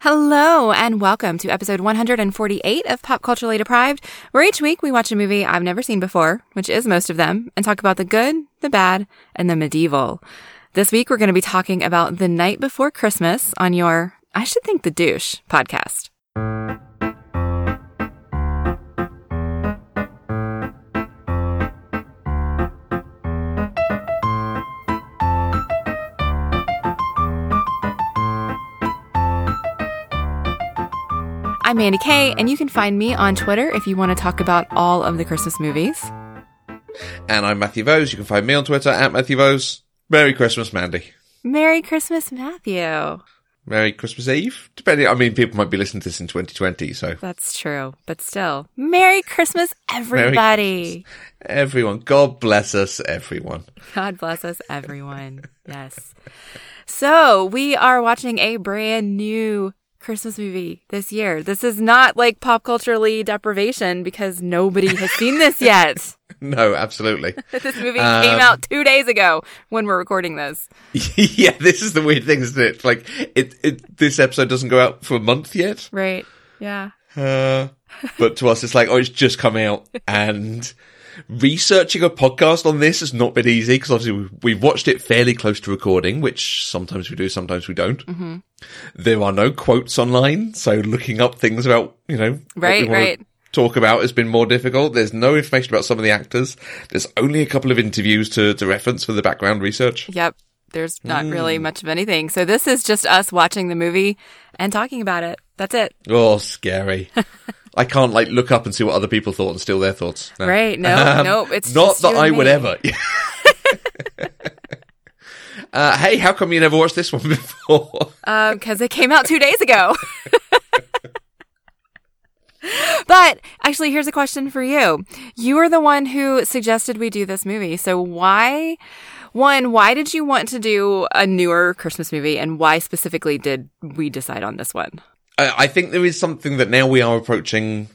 Hello, and welcome to episode 148 of Pop Culturally Deprived, where each week we watch a movie I've never seen before, which is most of them, and talk about the good, the bad, and the medieval. This week we're going to be talking about The Night Before Christmas on your, I should think the douche, podcast. I'm Mandy Kay, and you can find me on Twitter if you want to talk about all of the Christmas movies. And I'm Matthew Vose. You can find me on Twitter at Matthew Vose. Merry Christmas, Mandy. Merry Christmas, Matthew. Merry Christmas Eve. Depending, I mean, people might be listening to this in 2020, so That's true, but still. Merry Christmas, everybody. everyone, God bless us, everyone. God bless us, everyone. yes. So, we are watching a brand new Christmas movie this year. This is not like pop culturally deprivation because nobody has seen this yet. No, absolutely. this movie Um, came out two days ago when we're recording this. yeah, this is the weird thing, isn't it? Like, it, it this episode doesn't go out for a month yet, Right. Yeah. uh, but to us, it's like, oh, it's just come out, and researching a podcast on this has not been easy because obviously we, we watched it fairly close to recording, which sometimes we do, sometimes we don't. Mm-hmm. There are no quotes online, so looking up things about you know what we Right, wanna right. Talk about has been more difficult. There's no information about some of the actors. There's only a couple of interviews to, to reference for the background research. Yep. There's not really Hmm. much of anything. So, this is just us watching the movie and talking about it. That's it. Oh, scary. I can't like look up and see what other people thought and steal their thoughts. No. Right. No, no. It's Uh, Not just that you and I would me. ever. uh, hey, how come you never watched this one before? because Um, it came out two days ago. but actually, here's a question for you. You are the one who suggested we do this movie. So, why, one, why did you want to do a newer Christmas movie? And why specifically did we decide on this one? I, I think there is something that now we are approaching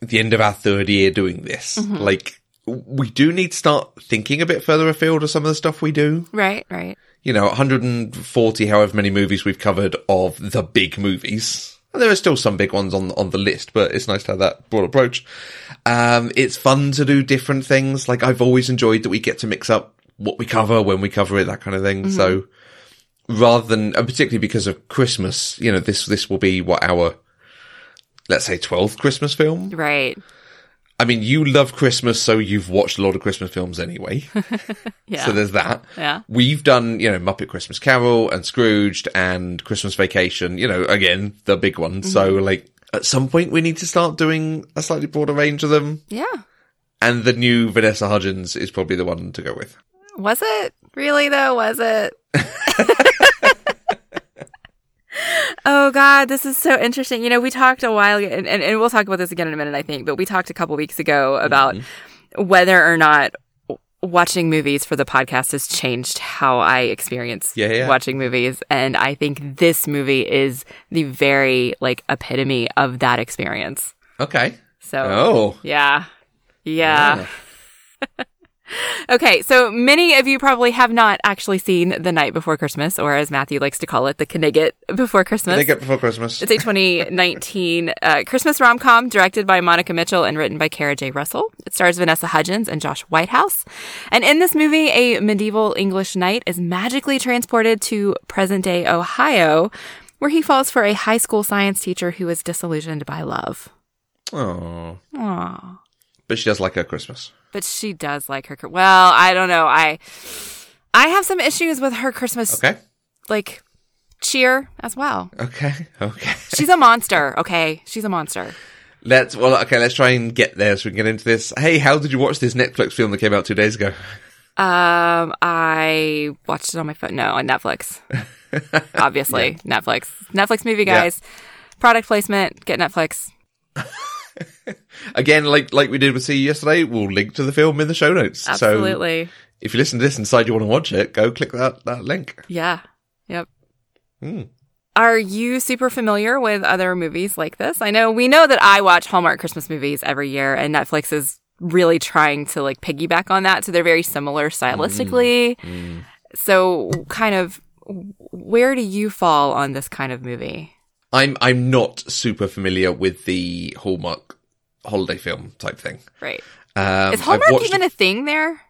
the end of our third year doing this. Mm-hmm. Like, we do need to start thinking a bit further afield of some of the stuff we do. Right, right. You know, 140, however many movies we've covered of the big movies. And there are still some big ones on on the list, but it's nice to have that broad approach. Um, it's fun to do different things. Like I've always enjoyed that we get to mix up what we cover when we cover it, that kind of thing. So rather than, and particularly because of Christmas, you know, this, this will be what our, let's say 12th Christmas film. Right. I mean, you love Christmas, so you've watched a lot of Christmas films anyway. Yeah. So there's that. Yeah. We've done, you know, Muppet Christmas Carol and Scrooged and Christmas Vacation, you know, again, the big one. So Mm-hmm. like at some point we need to start doing a slightly broader range of them. yeah. And the new Vanessa Hudgens is probably the one to go with. Was it? Really, though? Was it? Oh God, this is so interesting. You know, we talked a while ago, and, and, and we'll talk about this again in a minute, I think, but we talked a couple weeks ago about Mm-hmm. whether or not w- watching movies for the podcast has changed how I experience Yeah, yeah. watching movies. And I think this movie is the very like epitome of that experience. Okay. So Oh. yeah. Yeah. Okay, so many of you probably have not actually seen The Night Before Christmas, or as Matthew likes to call it, The Knigget Before Christmas. They get before Christmas. It's a 2019 uh, Christmas rom com directed by Monica Mitchell and written by Kara J. Russell. It stars Vanessa Hudgens and Josh Whitehouse. And in this movie, a medieval English knight is magically transported to present day Ohio, where he falls for a high school science teacher who is disillusioned by love. Oh. Aww. But she does like her Christmas. But she does like her. Well, I don't know. I I have some issues with her Christmas Okay. like cheer as well. Okay. Okay. She's a monster. Okay, she's a monster. Let's well, okay. Let's try and get there so we can get into this. Hey, how did you watch this Netflix film that came out two days ago? Um, I watched it on my phone. No, on Netflix. Obviously, Netflix. Netflix movie, Yeah. guys. Product placement. Get Netflix. Again, like like we did with See You yesterday, we'll link to the film in the show notes. So Absolutely. if you listen to this and decide you want to watch it, go click that that link. yeah. Yep. Hmm. Are you super familiar with other movies like this? I know we know that I watch Hallmark Christmas movies every year, and Netflix is really trying to like piggyback on that. So they're very similar Mm. stylistically. So, kind of, where do you fall on this kind of movie? I'm I'm not super familiar with the Hallmark holiday film type thing. Right. Um, Is Hallmark I've watched- even a thing there?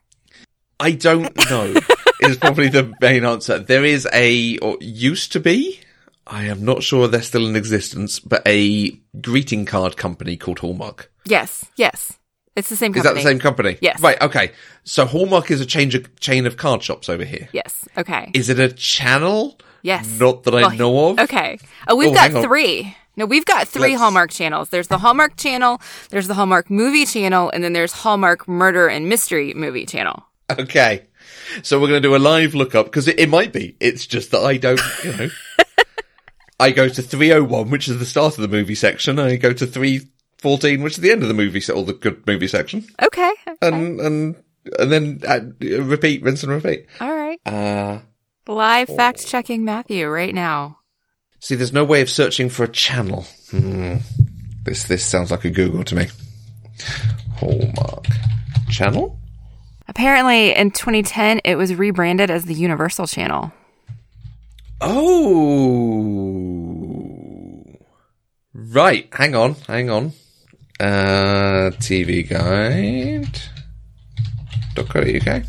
I don't know. is probably the main answer. There is a or used to be. I am not sure they're still in existence, but a greeting card company called Hallmark. Yes. Yes. It's the same Is company. that the same company? Yes. Right. Okay. So Hallmark is a change of, chain of card shops over here. Yes. Okay. Is it a channel? Yes. Not that I Well, know of. Okay. Oh, we've Oh, got hang on. three. No, we've got 3 Let's- Hallmark channels. There's the Hallmark channel, there's the Hallmark movie channel, and then there's Hallmark murder and mystery movie channel. Okay. So we're going to do a live lookup because it, it might be. It's just that I don't, you know. I go to 301, which is the start of the movie section, and I go to 314, which is the end of the movie, se- or the good movie section, Okay. and, and, and then uh, repeat, rinse and repeat. All right. Uh, Live fact checking Matthew right now. see, there's no way of searching for a channel. Hmm. This, this sounds like a Google to me. Hallmark channel? Apparently in 2010 it was rebranded as the Universal Channel. Oh. Right. Hang on. Hang on. Uh, TV guide. .co.uk.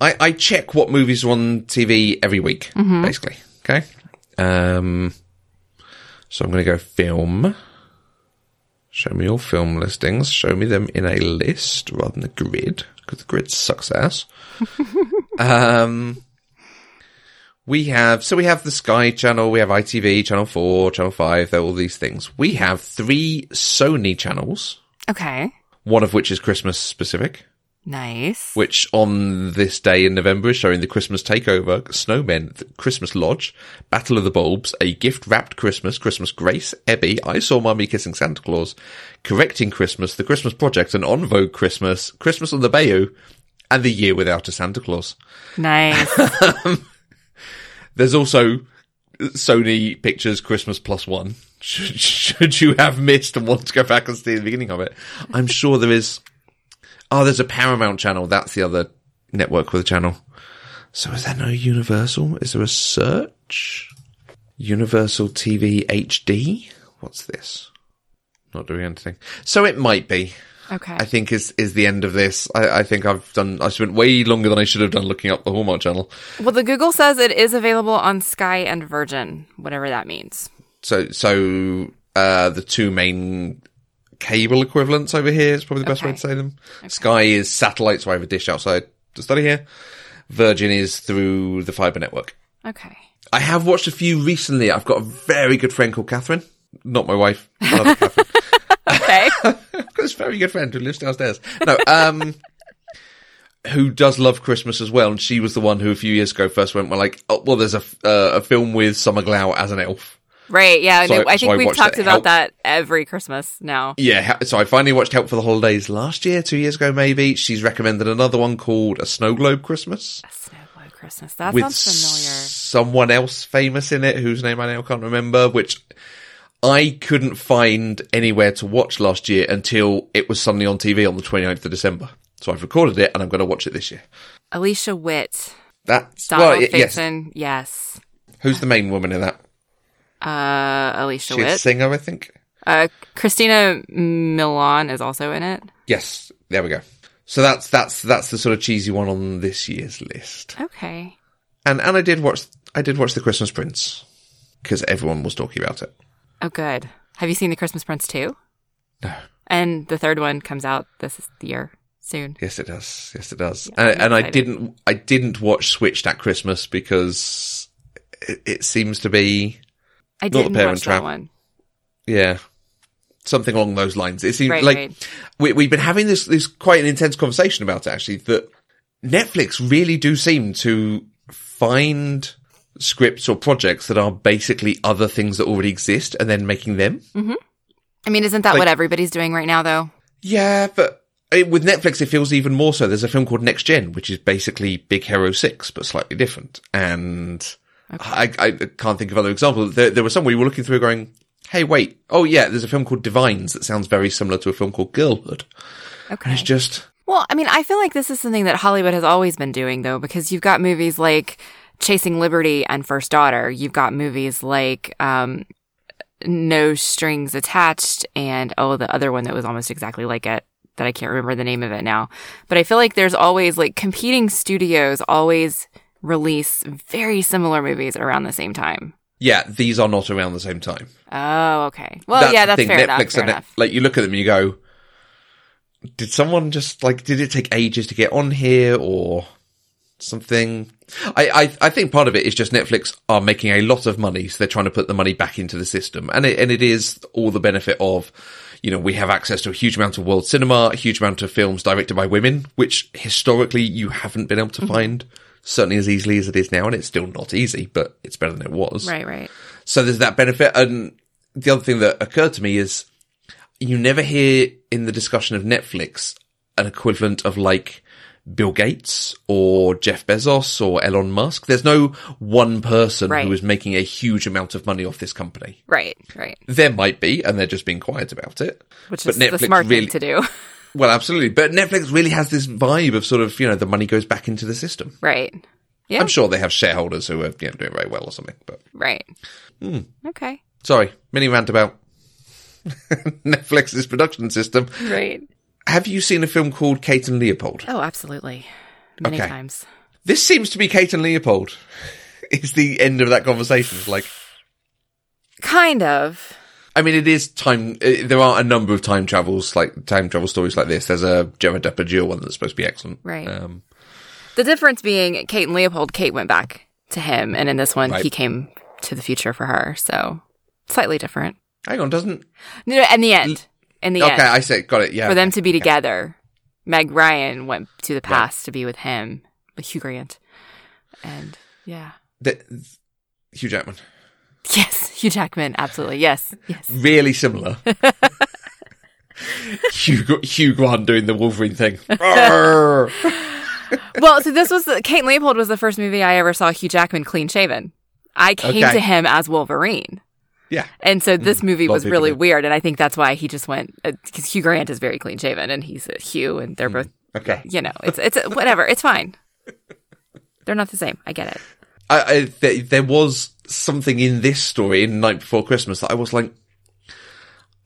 I, I check what movies are on TV every week, basically. Okay. Um, so I'm going to go film. Show me your film listings. Show me them in a list rather than a grid because the grid sucks ass. um, we have so we have the Sky channel, we have ITV, Channel Four, Channel Five. There are all these things. We have three Sony channels, Okay. one of which is Christmas specific, Nice. which on this day in November is showing the Christmas Takeover, Snowmen, the Christmas Lodge, Battle of the Bulbs, A Gift Wrapped Christmas, Christmas Grace, Ebby, I Saw Mummy Kissing Santa Claus, Correcting Christmas, The Christmas Project, and On Vogue Christmas, Christmas on the Bayou, and The Year Without a Santa Claus. Nice. There's also Sony Pictures Christmas Plus One. Should, should you have missed and want to go back and see the beginning of it, I'm sure there is. Oh, there's a Paramount channel. That's the other network with a channel. So is there no Universal? Is there a search? Universal TV HD? What's this? Not doing anything. So it might be. Okay. I think is is the end of this. I, I think I've done. I spent way longer than I should have done looking up the Hallmark channel. Well, the Google says it is available on Sky and Virgin, whatever that means. so so uh the two main cable equivalents over here is probably the best way Okay. to say them sky is satellite so i have a dish outside to study here virgin is through the fiber network Okay. i have watched a few recently i've got a very good friend called catherine not my wife I love catherine Okay. i've got this very good friend who lives downstairs no um who does love christmas as well and she was the one who a few years ago first went well like oh, well there's a f- uh, a film with summer glau as an elf right. Yeah. So no, I- I so think I we've watched talked it. about Help. that every Christmas now. Yeah, ha- so I finally watched Help for the Holidays last year, two years ago maybe. She's recommended another one called A Snow Globe Christmas Snow Globe Christmas. That with sounds someone else famous in it whose name I now can't remember, which I couldn't find anywhere to watch last year until it was suddenly on TV on the 29th of December. So I've recorded it and I'm going to watch it this year. familiar. Alicia Witt, That's Donald well, y- yes. Faison. Yes. Who's the main woman in that? Uh, Alicia She's a Witt. singer, I think. Uh, Christina Milan is also in it. Yes, there we go. So that's that's that's the sort of cheesy one on this year's list. Okay. and and I did watch I did watch the Christmas Prince because everyone was talking about it. Oh, good. Have you seen The Christmas Prince too? No, And the third one comes out this year soon. yes it does, yes it does, and, and I didn't I didn't watch Switched at Christmas because it, it seems to be I the didn't Parent watch Trap. that one. yeah something along those lines. It seems Right, like right. we we've been having this this quite an intense conversation about it actually that Netflix really do seem to find scripts or projects that are basically other things that already exist and then making them. I mean, isn't that Like- what everybody's doing right now, though? Yeah, but I with Netflix, it feels even more so. There's a film called Next Gen, which is basically Big Hero 6, but slightly different. And I, I can't think of other examples. There, there was someone we were looking through going, hey, wait, oh yeah, there's a film called Divines that sounds very similar to a film called Girlhood. Okay. And it's just, Well, I mean, I feel like this is something that Hollywood has always been doing, though, because you've got movies like Chasing Liberty and First Daughter, you've got movies like um, No Strings Attached and oh, the other one that was almost exactly like it that I can't remember the name of it now. But I feel like there's always like competing studios always release very similar movies around the same time. Yeah, these are not around the same time. Oh, okay. Well, the yeah, that's thing. fair enough. Netflix fair and enough. It, like you look at them and you go, did someone just like did it take ages to get on here or something? I, I I think part of it is just Netflix are making a lot of money, so they're trying to put the money back into the system, and it and it is all the benefit of. You know, we have access to a huge amount of world cinema, a huge amount of films directed by women, which historically you haven't been able to Mm-hmm. find certainly as easily as it is now. And it's still not easy, but it's better than it was. Right, right. So there's that benefit. And the other thing that occurred to me is you never hear in the discussion of Netflix an equivalent of like Bill Gates or Jeff Bezos or Elon Musk. There's no one person Right. who is making a huge amount of money off this company. Right, right. There might be, and they're just being quiet about it. Which is the smart really, thing to do. well, absolutely. But Netflix really has this vibe of sort of, you know, the money goes back into the system. right. Yeah. I'm sure they have shareholders who are you know, doing very well or something, but Right. Hmm. Okay. Sorry, mini rant about Netflix's production system. Right. Have you seen a film called Kate and Leopold? Oh, absolutely. Many Okay. times. This seems to be Kate and Leopold. Is the end of that conversation? It's like, Kind of. I mean, it is time. uh, There are a number of time travels, like time travel stories like this. There's a Gemma Depardieu one that's supposed to be excellent. Right. Um, The difference being Kate and Leopold, Kate went back to him, and in this one, Right. he came to the future for her. So slightly different. hang on, doesn't? No, no, in the end. In the Mm. Okay, end. I see. Got it. Yeah. for them to be together, Meg Ryan went to the past to be with him, with Hugh Grant. And yeah. The- Hugh Jackman. Yes, Hugh Jackman, absolutely. Yes, yes. Really similar. Hugh, Hugh Grant doing the Wolverine thing. Roar. well, so this was the, Kate and Leopold was the first movie I ever saw Hugh Jackman clean shaven. I came Okay. to him as Wolverine. yeah. And so this movie lot of was people really did. weird. And I think that's why he just went, because Hugh Grant is very clean shaven and he's a Hugh and they're Mm-hmm. both, Okay. you know, it's, it's whatever. It's fine. They're not the same. I get it. I, I th- there was something in this story in Night Before Christmas that I was like,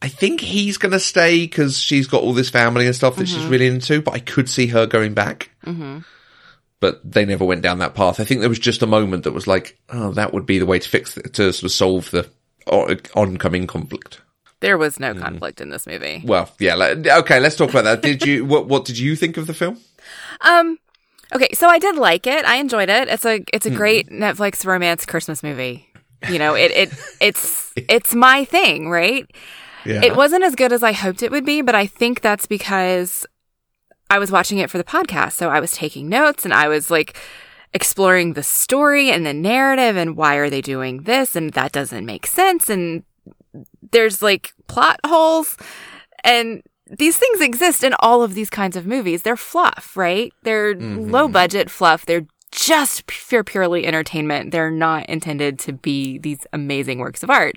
I think he's going to stay because she's got all this family and stuff that Mm-hmm. she's really into, but I could see her going back. Mm-hmm. But they never went down that path. I think there was just a moment that was like, oh, that would be the way to fix it, to sort of solve the o- oncoming conflict. There was Mm-hmm. no conflict in this movie. Well, yeah. Like, okay, let's talk about that. Did you what? What did you think of the film? Um. Okay, so I did like it. I enjoyed it. It's a it's a Hmm. great Netflix romance Christmas movie. You know, it it it's it's my thing, right? Yeah. It wasn't as good as I hoped it would be, but I think that's because I was watching it for the podcast. So I was taking notes and I was like exploring the story and the narrative and why are they doing this and that doesn't make sense and there's like plot holes and these things exist in all of these kinds of movies. They're fluff, right? They're low budget fluff. They're just pure, purely entertainment. They're not intended to be these amazing works of art.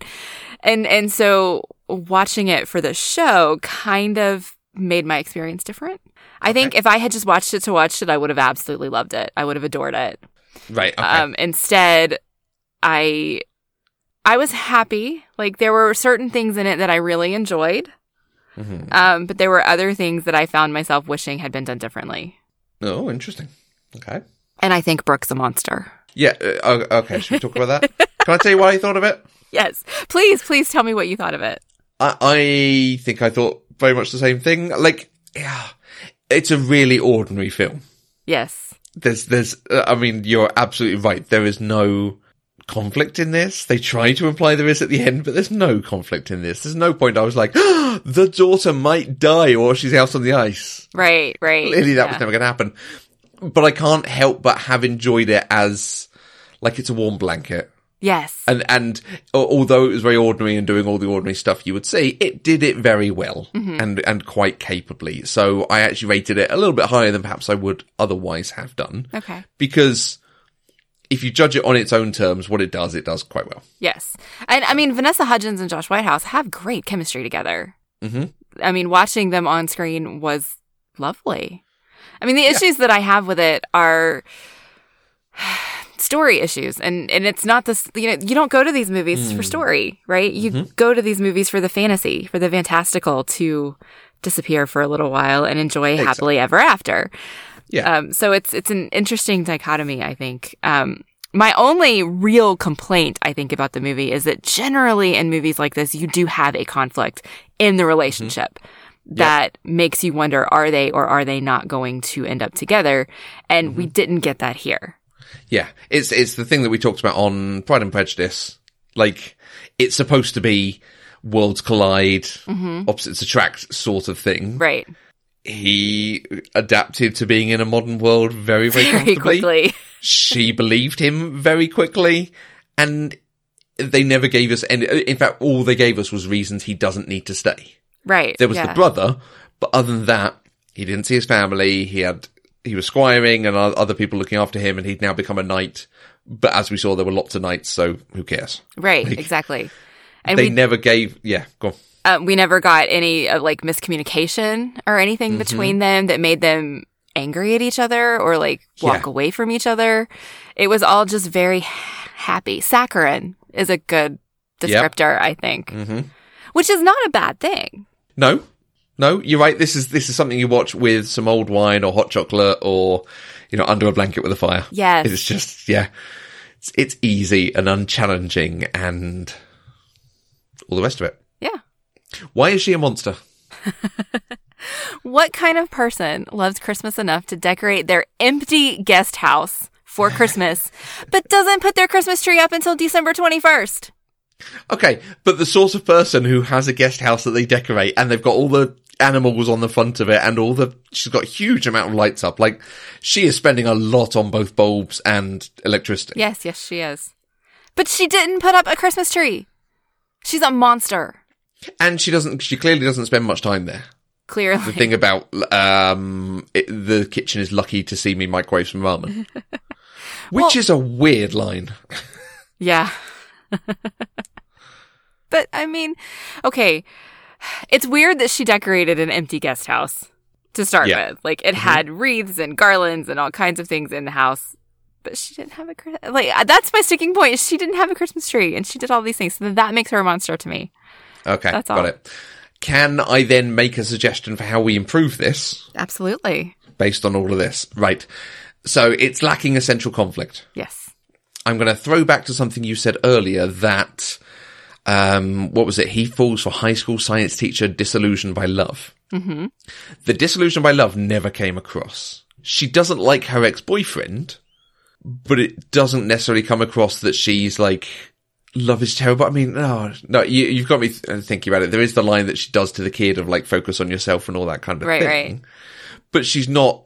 And, and so watching it for the show kind of made my experience different. I think if I had just watched it to watch it, I would have absolutely loved it. I would have adored it. right. Okay. Um, instead, I I was happy. Like there were certain things in it that I really enjoyed, Mhm. um, but there were other things that I found myself wishing had been done differently. Oh, interesting. Okay. And I think Brooke's a monster. Yeah. Uh, o- okay. Should we talk about that? Can I tell you what I thought of it? Yes, please, please tell me what you thought of it. I, I think I thought very much the same thing. Like, yeah, it's a really ordinary film. Yes, There's, there's, uh, I mean, you're absolutely right. There is no conflict in this. They try to imply there is at the end, but there's no conflict in this. There's no point. I was like, the daughter might die or she's out on the ice. right, right. Clearly that Yeah. was never going to happen. But I can't help but have enjoyed it as like it's a warm blanket. yes, And and al- although it was very ordinary and doing all the ordinary stuff you would see, it did it very well Mm-hmm. and and quite capably. So I actually rated it a little bit higher than perhaps I would otherwise have done okay. because if you judge it on its own terms, what it does, it does quite well. Yes. And I mean, Vanessa Hudgens and Josh Whitehouse have great chemistry together. Mm-hmm. I mean, watching them on screen was lovely. I mean, the issues that I have with it are story issues and and it's not this you know you don't go to these movies for story right you go to these movies for the fantasy for the fantastical to disappear for a little while and enjoy happily ever after Yeah. um, so it's it's an interesting dichotomy i think um my only real complaint i think about the movie is that generally in movies like this you do have a conflict in the relationship Mm-hmm. that makes you wonder are they or are they not going to end up together and Mm-hmm. we didn't get that here Yeah, it's it's the thing that we talked about on Pride and Prejudice. Like, it's supposed to be worlds collide, opposites attract sort of thing. Mm-hmm. Right. He adapted to being in a modern world very, very, Very comfortably. quickly. she believed him very quickly, and they never gave us any. In fact, all they gave us was reasons he doesn't need to stay. Right. There was yeah. the brother, but other than that, he didn't see his family. He had he was squiring and o- other people looking after him, and he'd now become a knight. But as we saw, there were lots of knights, so who cares? Right. exactly. And They we never gave. Yeah, go on. uh, we never got any uh, like miscommunication or anything Mm-hmm. between them that made them angry at each other or like walk Yeah. away from each other. It was all just very ha- happy. Saccharine is a good Yep. Mm-hmm. descriptor, I think, which is not a bad thing. No, no, you're right. This is this is something you watch with some old wine or hot chocolate or you know under a blanket with a fire. Yes. it's just yeah, it's, it's easy and unchallenging and all the rest of it. Yeah. Why is she a monster? What kind of person loves Christmas enough to decorate their empty guest house for Christmas, but doesn't put their Christmas tree up until December 21st? Okay, but the sort of person who has a guest house that they decorate and they've got all the animals on the front of it and all the she's got a huge amount of lights up. Like she is spending a lot on both bulbs and electricity. Yes, yes, she is. But she didn't put up a Christmas tree. She's a monster, And she doesn't she clearly doesn't spend much time there. clearly. The thing about um it, the kitchen is lucky to see me microwave some ramen. Which Well- is a weird line. Yeah. but I mean, okay. It's weird that she decorated an empty guest house to start Yeah. Mm-hmm. with. Like it had wreaths and garlands and all kinds of things in the house, but she didn't have a Chris- like uh, that's my sticking point. is She didn't have a Christmas tree and she did all these things. So that makes her a monster to me. Okay, That's got all. it. Can I then make a suggestion for how we improve this Absolutely. based on all of this? Right. So it's lacking essential conflict. Yes. I'm going to throw back to something you said earlier that, um, what was it? He falls for high school science teacher disillusioned by love. Mm-hmm. The disillusion by love never came across. She doesn't like her ex boyfriend, but it doesn't necessarily come across that she's like, love is terrible. I mean, no, no, you, you've got me th- uh, thinking about it. There is the line that she does to the kid of like, focus on yourself and all that kind of Right, thing. right. But she's not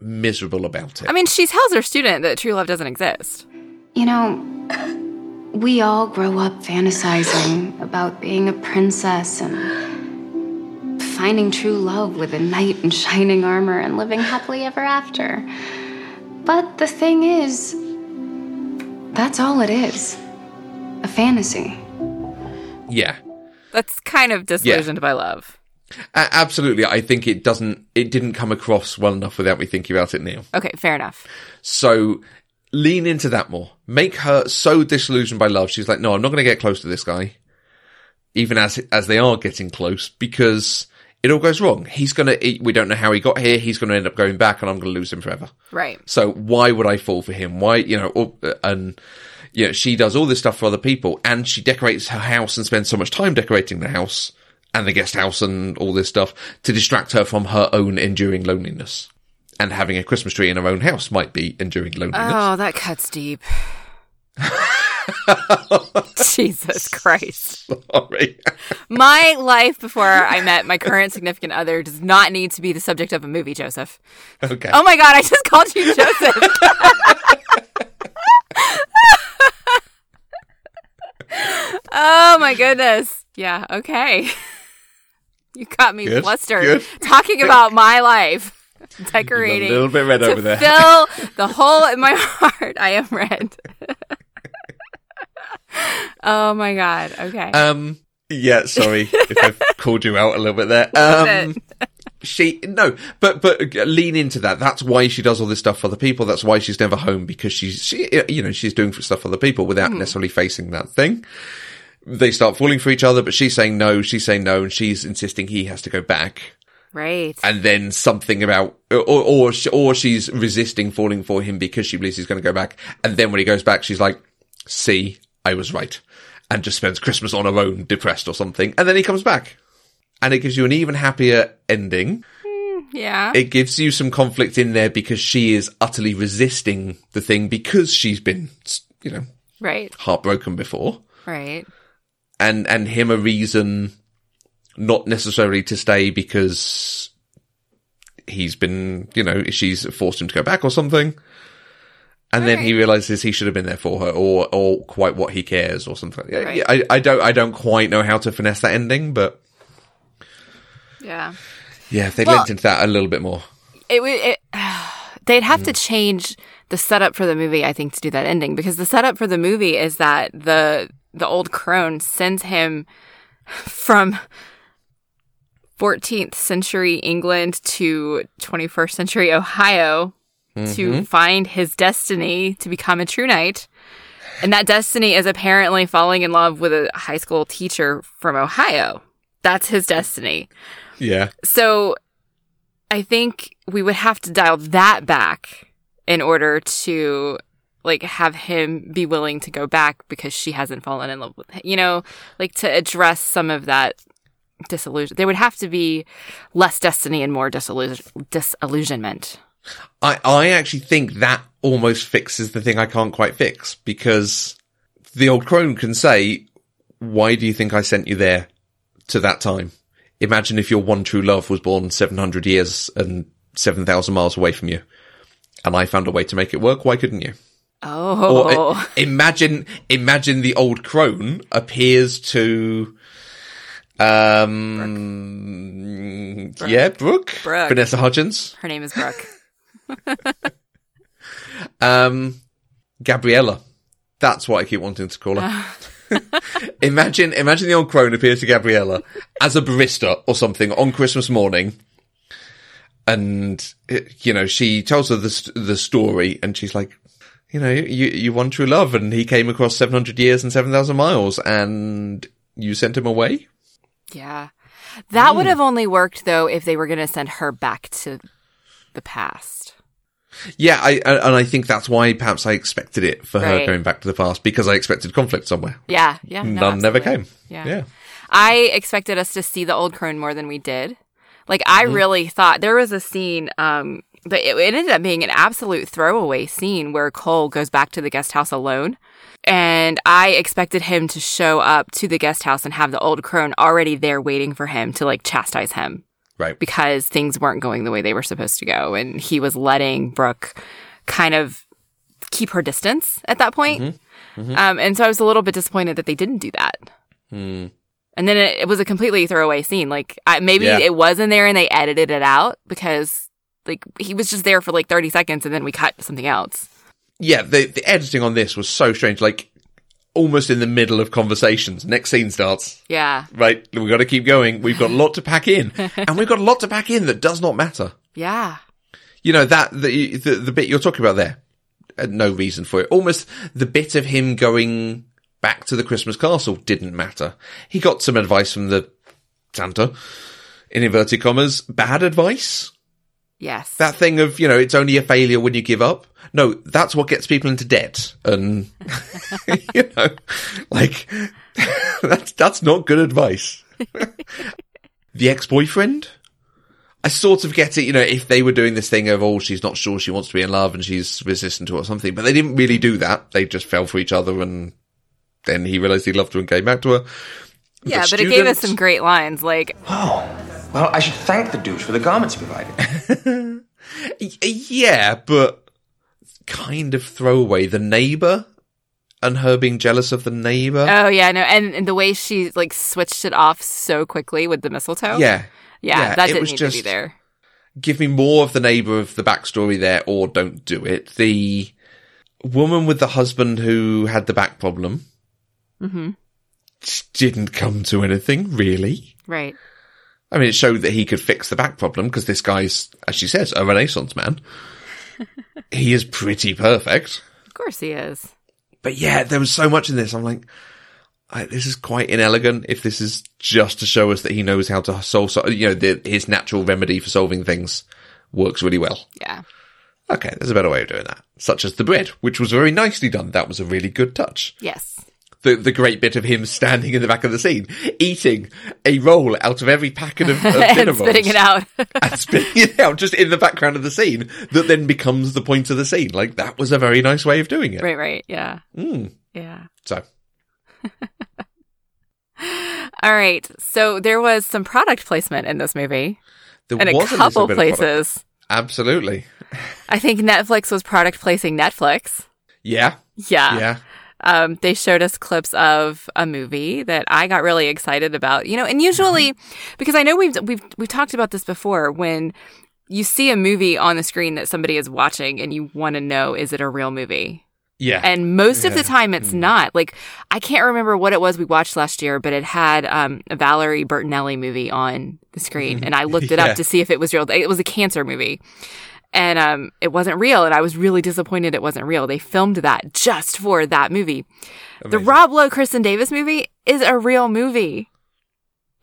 miserable about it. I mean, she tells her student that true love doesn't exist. You know, we all grow up fantasizing about being a princess and finding true love with a knight in shining armor and living happily ever after. But the thing is, that's all it is a fantasy. yeah. That's kind of disillusioned by love. A- absolutely, I think it doesn't. It didn't come across well enough without me thinking about it, Neil. Okay, fair enough. So lean into that more. Make her so disillusioned by love. She's like, no, I'm not going to get close to this guy, even as as they are getting close, because it all goes wrong. He's going to. We don't know how he got here. He's going to end up going back, and I'm going to lose him forever. Right. So why would I fall for him? Why, you know, or, and you know, she does all this stuff for other people and she decorates her house and spends so much time decorating the house and the guest house and all this stuff to distract her from her own enduring loneliness. And having a Christmas tree in her own house might be enduring loneliness. Oh, that cuts deep. Jesus Christ. Sorry. My life before I met my current significant other does not need to be the subject of a movie, Joseph. okay. Oh my God, I just called you Joseph. oh my goodness. Yeah, okay. You got me Good, flustered good. talking about my life, decorating. a little bit red over there. fill the hole in my heart. I am red. oh my Uh, god. Okay. Um, yeah, sorry if I've called you out a little bit there. Um, she no, but but lean into that. That's why she does all this stuff for other people. That's why she's never home because she's she you know she's doing stuff for other people without necessarily facing that thing. They start falling for each other, but she's saying no. She's saying no, and she's insisting he has to go back. Right. And then something about or or she- or she's resisting falling for him because she believes he's going to go back. And then when he goes back, she's like, "See, I was right," and just spends Christmas on her own, depressed or something. And then he comes back, and it gives you an even happier ending yeah. it gives you some conflict in there because she is utterly resisting the thing because she's been, you know, right. heartbroken before, Right. and and him a reason not necessarily to stay because he's been, you know, she's forced him to go back or something. And then he realizes he should have been there for her, or or quite what he cares, or something. Yeah, Right. yeah, I, I don't I don't quite know how to finesse that ending, but Yeah. yeah, if they Well- lent into that a little bit more. It would. It, they'd have to change the setup for the movie, I think, to do that ending because the setup for the movie is that the the old crone sends him from 14th century England to 21st century Ohio to find his destiny to become a true knight. And that destiny is apparently falling in love with a high school teacher from Ohio. That's his destiny. Yeah, So I think we would have to dial that back in order to like have him be willing to go back because she hasn't fallen in love with him. You know, like to address some of that disillusion. There would have to be less destiny and more disillusion- disillusionment. I, I actually think that almost fixes the thing I can't quite fix because the old crone can say, why do you think I sent you there to that time? Imagine if your one true love was born 700 years and 7,000 miles away from you. And I found a way to make it work. Why couldn't you? Or i- Oh, imagine, imagine the old crone appears to, um, yeah, Brooke, Brooke. Vanessa Hudgens. her name is Brooke. Um, Gabriella. That's what I keep wanting to call her. imagine, imagine the old crone appears to Gabriella as a barista or something on Christmas morning. And, eh, you know, she tells her the, st- the story and she's like, you know, you, you won true love and he came across 700 years and 7,000 miles and you sent him away. yeah. That Hmm. would have only worked though if they were going to send her back to the past. Yeah. I, and and I think that's why perhaps I expected it for her Right. going back to the past because I expected conflict somewhere. Yeah. Yeah. no, None never absolutely. came. yeah. I expected us to see the old crone more than we did. Like I really thought there was a scene, um, but it, it ended up being an absolute throwaway scene where Cole goes back to the guest house alone, and I expected him to show up to the guest house and have the old crone already there waiting for him to like chastise him Right. because things weren't going the way they were supposed to go, and he was letting Brooke kind of keep her distance at that point. Um, and so I was a little bit disappointed that they didn't do that. Hmm. And then it, it was a completely throwaway scene. Like I, maybe Yeah. it was in there and they edited it out because like he was just there for like 30 seconds and then we cut something else. yeah, the the editing on this was so strange. Like almost in the middle of conversations, next scene starts. Yeah. Right, we've got to keep going. We've got a lot to pack in, and we've got a lot to pack in that does not matter. Yeah. You know that the the, the bit you're talking about there, uh, no reason for it. Almost the bit of him going back to the Christmas castle didn't matter. He got some advice from the Santa, in inverted commas, bad advice. Yes. That thing of, you know, it's only a failure when you give up. No, that's what gets people into debt. And, you know, like, that's, that's not good advice. the ex-boyfriend? I sort of get it, you know, if they were doing this thing of, oh, she's not sure she wants to be in love and she's resistant to it or something, but they didn't really do that. They just fell for each other and then he realized he loved her and came back to her. yeah, but The it gave us student- some great lines like, Oh, well, I should thank the douche for the garments provided. Y- Yeah, but kind of throwaway. The neighbor and her being jealous of the neighbor. oh yeah, no, and, and the way she like switched it off so quickly with the mistletoe. yeah. Yeah, yeah, that it didn't was need to just- be there. Give me more of the neighbor of the backstory there or don't do it. The woman with the husband who had the back problem Mhm. didn't come to anything really. Right. I mean, it showed that he could fix the back problem because this guy's, as she says, a Renaissance man. he is pretty perfect. Of course he is. But yeah, there was so much in this. I'm like, I, this is quite inelegant. If this is just to show us that he knows how to solve, so, you know, the, his natural remedy for solving things works really well. Yeah. Okay, there's a better way of doing that, such as the bread, which was very nicely done. That was a really good touch. Yes. The the great bit of him standing in the back of the scene, eating a roll out of every packet of, of dinner and spitting rolls it out. and spitting it out just in the background of the scene that then becomes the point of the scene. Like that was a very nice way of doing it. right, right. Yeah. Mm. Yeah. So All right. So there was some product placement in this movie there and a was little couple bit of product- places. Absolutely. I think Netflix was product placing Netflix. Yeah. Yeah. Yeah. Um, they showed us clips of a movie that I got really excited about. You know, and usually Mm-hmm. because I know we've we've we've talked about this before when you see a movie on the screen that somebody is watching and you want to know is it a real movie? Yeah. Hmm. And most of the time, it's not. Like, I can't remember what it was we watched last year, but it had um, a Valerie Bertinelli movie on the screen. And I looked it Mm-hmm. Yeah. up to see if it was real. It was a cancer movie. And um, it wasn't real. And I was really disappointed it wasn't real. They filmed that just for that movie. The Rob Lowe Kristen Davis movie is a real movie.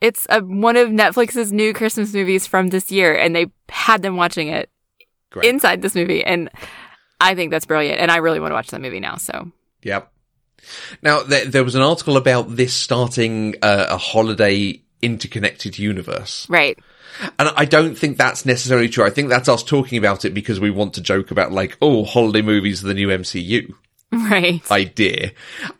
It's a, one of Netflix's new Christmas movies from this year, and they had them watching it Great. inside this movie. And I think that's brilliant. And I really want to watch that movie now. So Yep. Now there, there was an article about this starting uh, a holiday interconnected universe, Right. and I don't think that's necessarily true. I think that's us talking about it because we want to joke about like, oh, holiday movies are the new MCU Right. idea.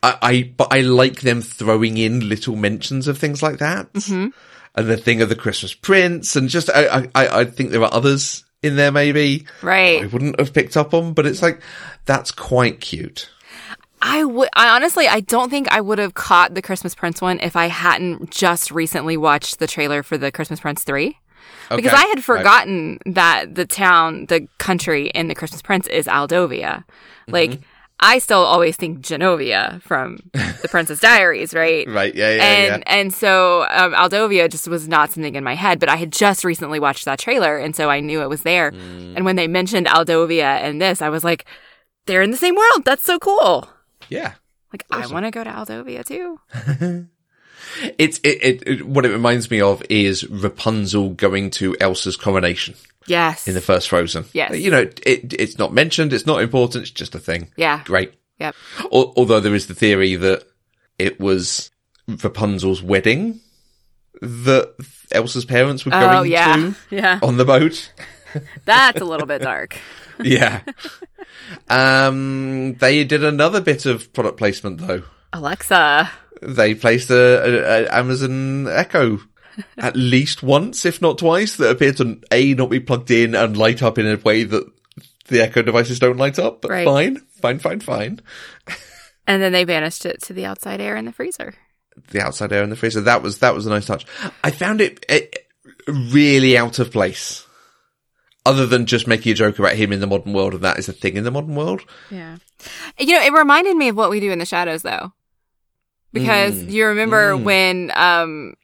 I, I but I like them throwing in little mentions of things like that, and the thing of the Christmas Prince, and just I I, I- I think there are others in there maybe I Right. wouldn't have picked up on, but it's like that's quite cute. I would I honestly I don't think I would have caught the Christmas Prince one if I hadn't just recently watched the trailer for the Christmas Prince 3 because Okay. I had Right. forgotten that the town, the country in the Christmas Prince is Aldovia. Like Mm-hmm. I still always think Genovia from the Princess Diaries, right? Right, yeah, yeah, yeah. and and so um, Aldovia just was not something in my head, but I had just recently watched that trailer, and so I knew it was there. Mm. And when they mentioned Aldovia and this, I was like, "They're in the same world. That's so cool! Yeah. Like, I want to go to Aldovia too." It's it, it, it what it reminds me of is Rapunzel going to Elsa's coronation Yes. in the first Frozen. Yes. you know it. It's not mentioned. It's not important. It's just a thing. yeah. Great. Yep. Al- although there is the theory that it was Rapunzel's wedding that Elsa's parents were going Oh yeah. to Yeah. on the boat. That's a little bit dark. Yeah. um, they did another bit of product placement though. Alexa. they placed a, a, a Amazon Echo at least once, if not twice, that appeared to a not be plugged in and light up in a way that the Echo devices don't light up. But Right. fine, fine, fine, fine. And then they banished it to the outside air in the freezer. The outside air in the freezer. That was that was a nice touch. I found it, it really out of place. Other than just making a joke about him in the modern world, and that is a thing in the modern world. Yeah. You know, it reminded me of what we do in the shadows though. Because Mm. you remember when um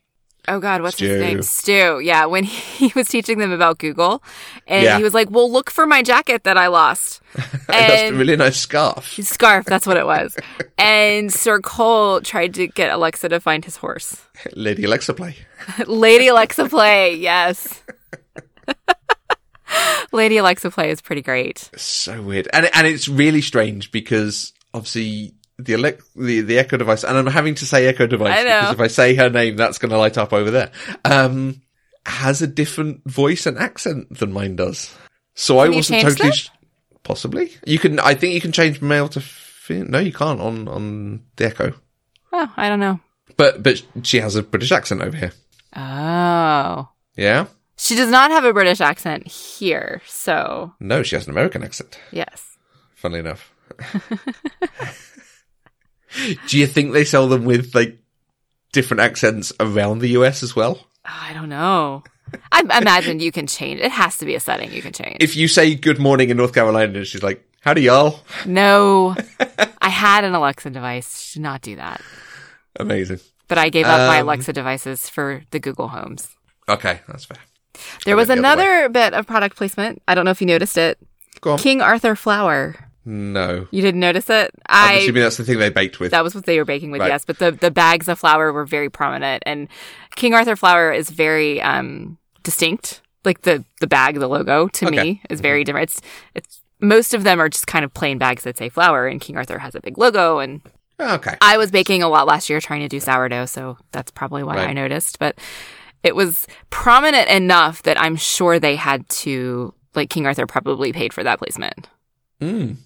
oh god, what's Stu. his name? Stu. Yeah, when he, was teaching them about Google and Yeah. he was like, "Well, look for my jacket that I lost." That's a and really nice scarf. scarf, that's what it was. and Sir Cole tried to get Alexa to find his horse. Lady Alexa play. Lady Alexa Play, yes. Lady Alexa Play is pretty great. so weird, and and it's really strange because obviously the elect the, the Echo device, and I'm having to say Echo device I know. because if I say her name, that's going to light up over there. Um, has a different voice and accent than mine does, so I Can you wasn't change totally that? sh- possibly. You can, I think you can change male to fe- no, you can't on on the Echo, Oh, I don't know. but but she has a British accent over here. Oh. Yeah, She does not have a British accent here, so no, she has an American accent. yes. Funnily enough. Do you think they sell them with like different accents around the US as well? Oh, I don't know. I imagine you can change. It has to be a setting you can change. If you say good morning in North Carolina and she's like, howdy y'all. no, I had an Alexa device. Should not do that. Amazing. But I gave up my Um, Alexa devices for the Google Homes. Okay, that's fair. There was the other way. another bit of product placement. I don't know if you noticed it. Go on. King Arthur flour. no. You didn't notice it? I'm I assuming that's the thing they baked with. that was what they were baking with, Right. yes. But the the bags of flour were very prominent, and King Arthur flour is very um distinct. Like the the bag, the logo to Okay. Mm-hmm. me is very different. It's it's most of them are just kind of plain bags that say flour, and King Arthur has a big logo and Oh, okay. I was baking a lot last year trying to do sourdough, so that's probably why Right. I noticed. But it was prominent enough that I'm sure they had to, like, King Arthur probably paid for that placement. And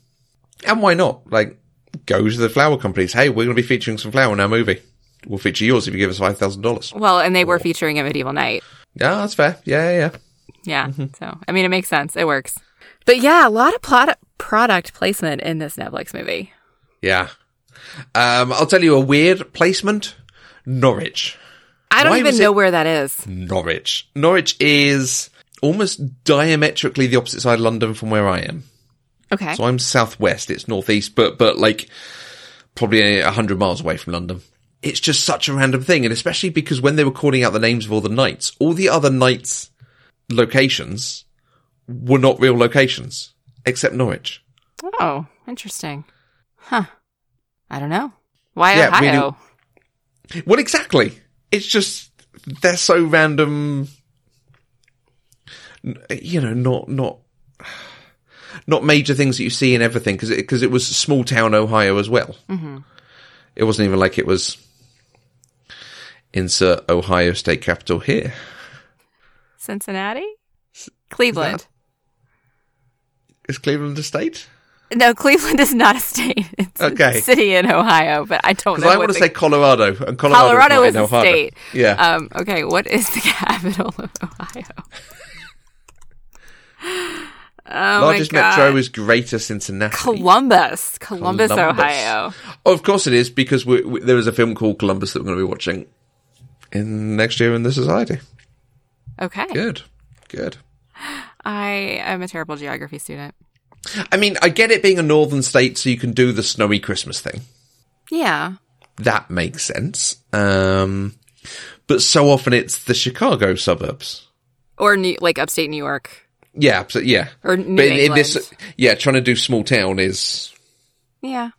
why not? Like, go to the flower companies. Hey, we're going to be featuring some flower in our movie. We'll feature yours if you give us five thousand dollars. Well, and they were featuring a medieval knight. Yeah, that's fair. Yeah, yeah, yeah. Yeah. So, I mean, it makes sense. It works. Mm-hmm. But yeah, a lot of plot- product placement in this Netflix movie. Yeah. Um, I'll tell you a weird placement. Norwich. I don't Why even was know it- where that is. Norwich. Norwich is almost diametrically the opposite side of London from where I am. Okay. So I'm southwest. It's northeast, but but like probably a hundred miles away from London. It's just such a random thing, and especially because when they were calling out the names of all the knights, all the other knights' locations were not real locations, except Norwich. oh, interesting. Huh. I don't know. Why Yeah, we Ohio? do- Well, exactly. It's just they're so random. N- You know, not not not major things that you see in everything because because it, was small town Ohio as well. Mm-hmm. It wasn't even like it was insert Ohio state capital here. Cincinnati? Cleveland. Is Cleveland a state? No, Cleveland is not a state. It's Okay. a city in Ohio, but I don't know. Because I what want to the- say Colorado, and Colorado, Colorado not is in a Ohio. state. Yeah, Um, okay, what is the capital of Ohio? Oh largest my God. metro is Greater Cincinnati. Columbus, Columbus, Columbus. Ohio. Oh, of course it is because we, we, there is a film called Columbus that we're going to be watching in next year in the society. Okay, Good, good. I am a terrible geography student. I mean, I get it being a northern state, so you can do the snowy Christmas thing. Yeah, That makes sense. Um, but so often it's the Chicago suburbs. or new, like upstate New York. Yeah, so, yeah. Or New but in, in England. this, yeah, trying to do small town is Yeah,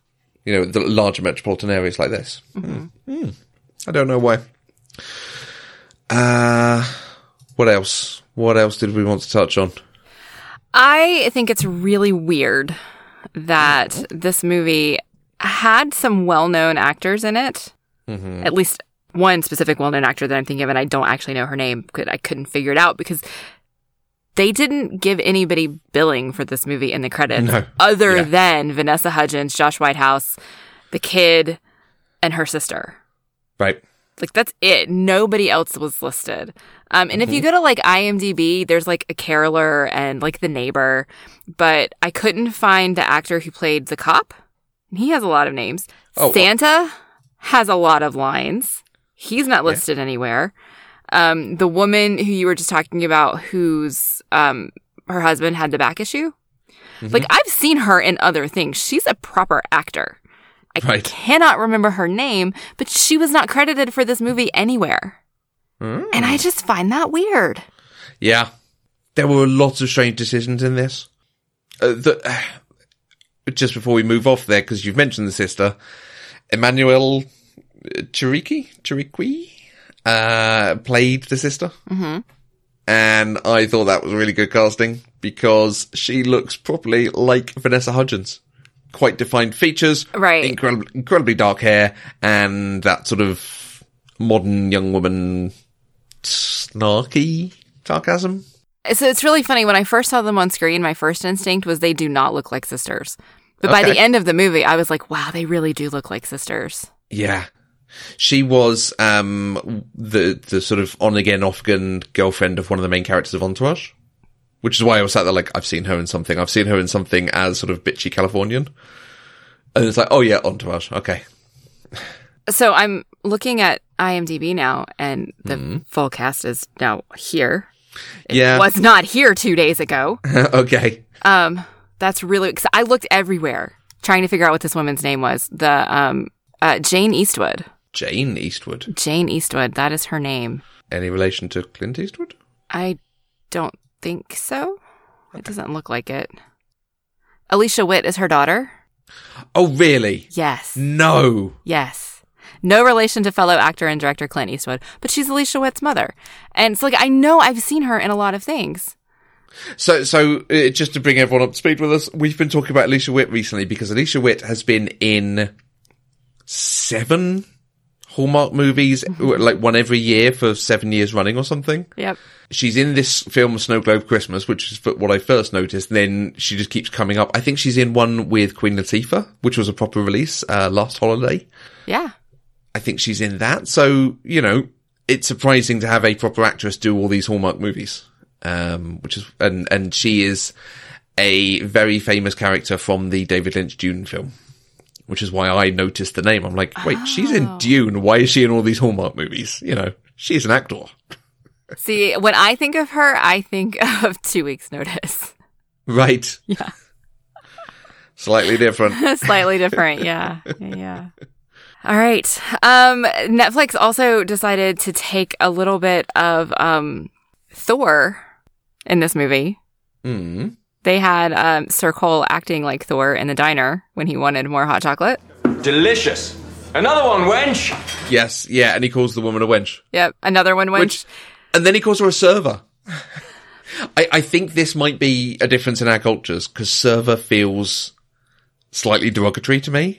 you know the larger metropolitan areas like this. Hmm. Hmm. I don't know why. Uh, what else? What else did we want to touch on? I think it's really weird that this movie had some well known actors in it. Mm-hmm. At least one specific well known actor that I'm thinking of, and I don't actually know her name because I couldn't figure it out because they didn't give anybody billing for this movie in the credits No. other Yeah. than Vanessa Hudgens, Josh Whitehouse, the kid, and her sister. Right. Like that's it. Nobody else was listed. Um, and if Mm-hmm. you go to like IMDb, there's like a caroler and like the neighbor, but I couldn't find the actor who played the cop. And He has a lot of names. Oh, well. Santa has a lot of lines. He's not listed anywhere. Um, the woman who you were just talking about, whose um, her husband had the back issue. Mm-hmm. Like I've seen her in other things. She's a proper actor. I Right. cannot remember her name, but she was not credited for this movie anywhere. Hmm. And I just find that weird. Yeah. There were lots of strange decisions in this. Uh, the, just before we move off there, because you've mentioned the sister, Emmanuel uh, Chiriki, Chiriqui, uh, played the sister. Mm-hmm. And I thought that was really good casting because she looks properly like Vanessa Hudgens. Quite defined features, Right. Incredibly, incredibly dark hair, and that sort of modern young woman snarky sarcasm. So it's really funny. When I first saw them on screen, my first instinct was they do not look like sisters. But by the Okay. end of the movie, I was like, wow, they really do look like sisters. Yeah. She was um the the sort of on again off again girlfriend of one of the main characters of Entourage, which is why I was sat there like I've seen her in something. I've seen her in something as sort of bitchy Californian, and it's like oh yeah Entourage okay So I'm looking at IMDb now, and the full cast is now here. Hmm. yeah Was not here two days ago. okay Um, that's really. Cause I looked everywhere trying to figure out what this woman's name was. The um, uh, Jane Eastwood. Jane Eastwood Jane Eastwood. That is her name. any relation to Clint Eastwood? I don't think so. It doesn't look like it. Alicia Witt is her daughter. Oh, really? Yes. Mm. No. Yes. No relation to fellow actor and director Clint Eastwood, but she's Alicia Witt's mother. And it's like, I know I've seen her in a lot of things. So, so uh, just to bring everyone up to speed with us, we've been talking about Alicia Witt recently because Alicia Witt has been in seven Hallmark movies, like one every year for seven years running or something. Yep. She's in this film, Snow Globe Christmas, which is what I first noticed. Then she just keeps coming up. I think she's in one with Queen Latifah, which was a proper release uh, last holiday. Yeah. I think she's in that. So, you know, it's surprising to have a proper actress do all these Hallmark movies. Um, which is, and, and she is a very famous character from the David Lynch Dune film, which is why I noticed the name. I'm like, wait, she's in Dune. Why is she in all these Hallmark movies? You know, she's an actor. See, when I think of her, I think of two weeks' notice. Right. Yeah. Slightly different. Slightly different. Yeah. Yeah. yeah. All right. Um, Netflix also decided to take a little bit of um, Thor in this movie. Mm. They had um, Sir Cole acting like Thor in the diner when he wanted more hot chocolate. Delicious. Another one, wench. Yes. Yeah. And he calls the woman a wench. Yep. Another one, which, Which, and then he calls her a server. I, I think this might be a difference in our cultures because server feels slightly derogatory to me,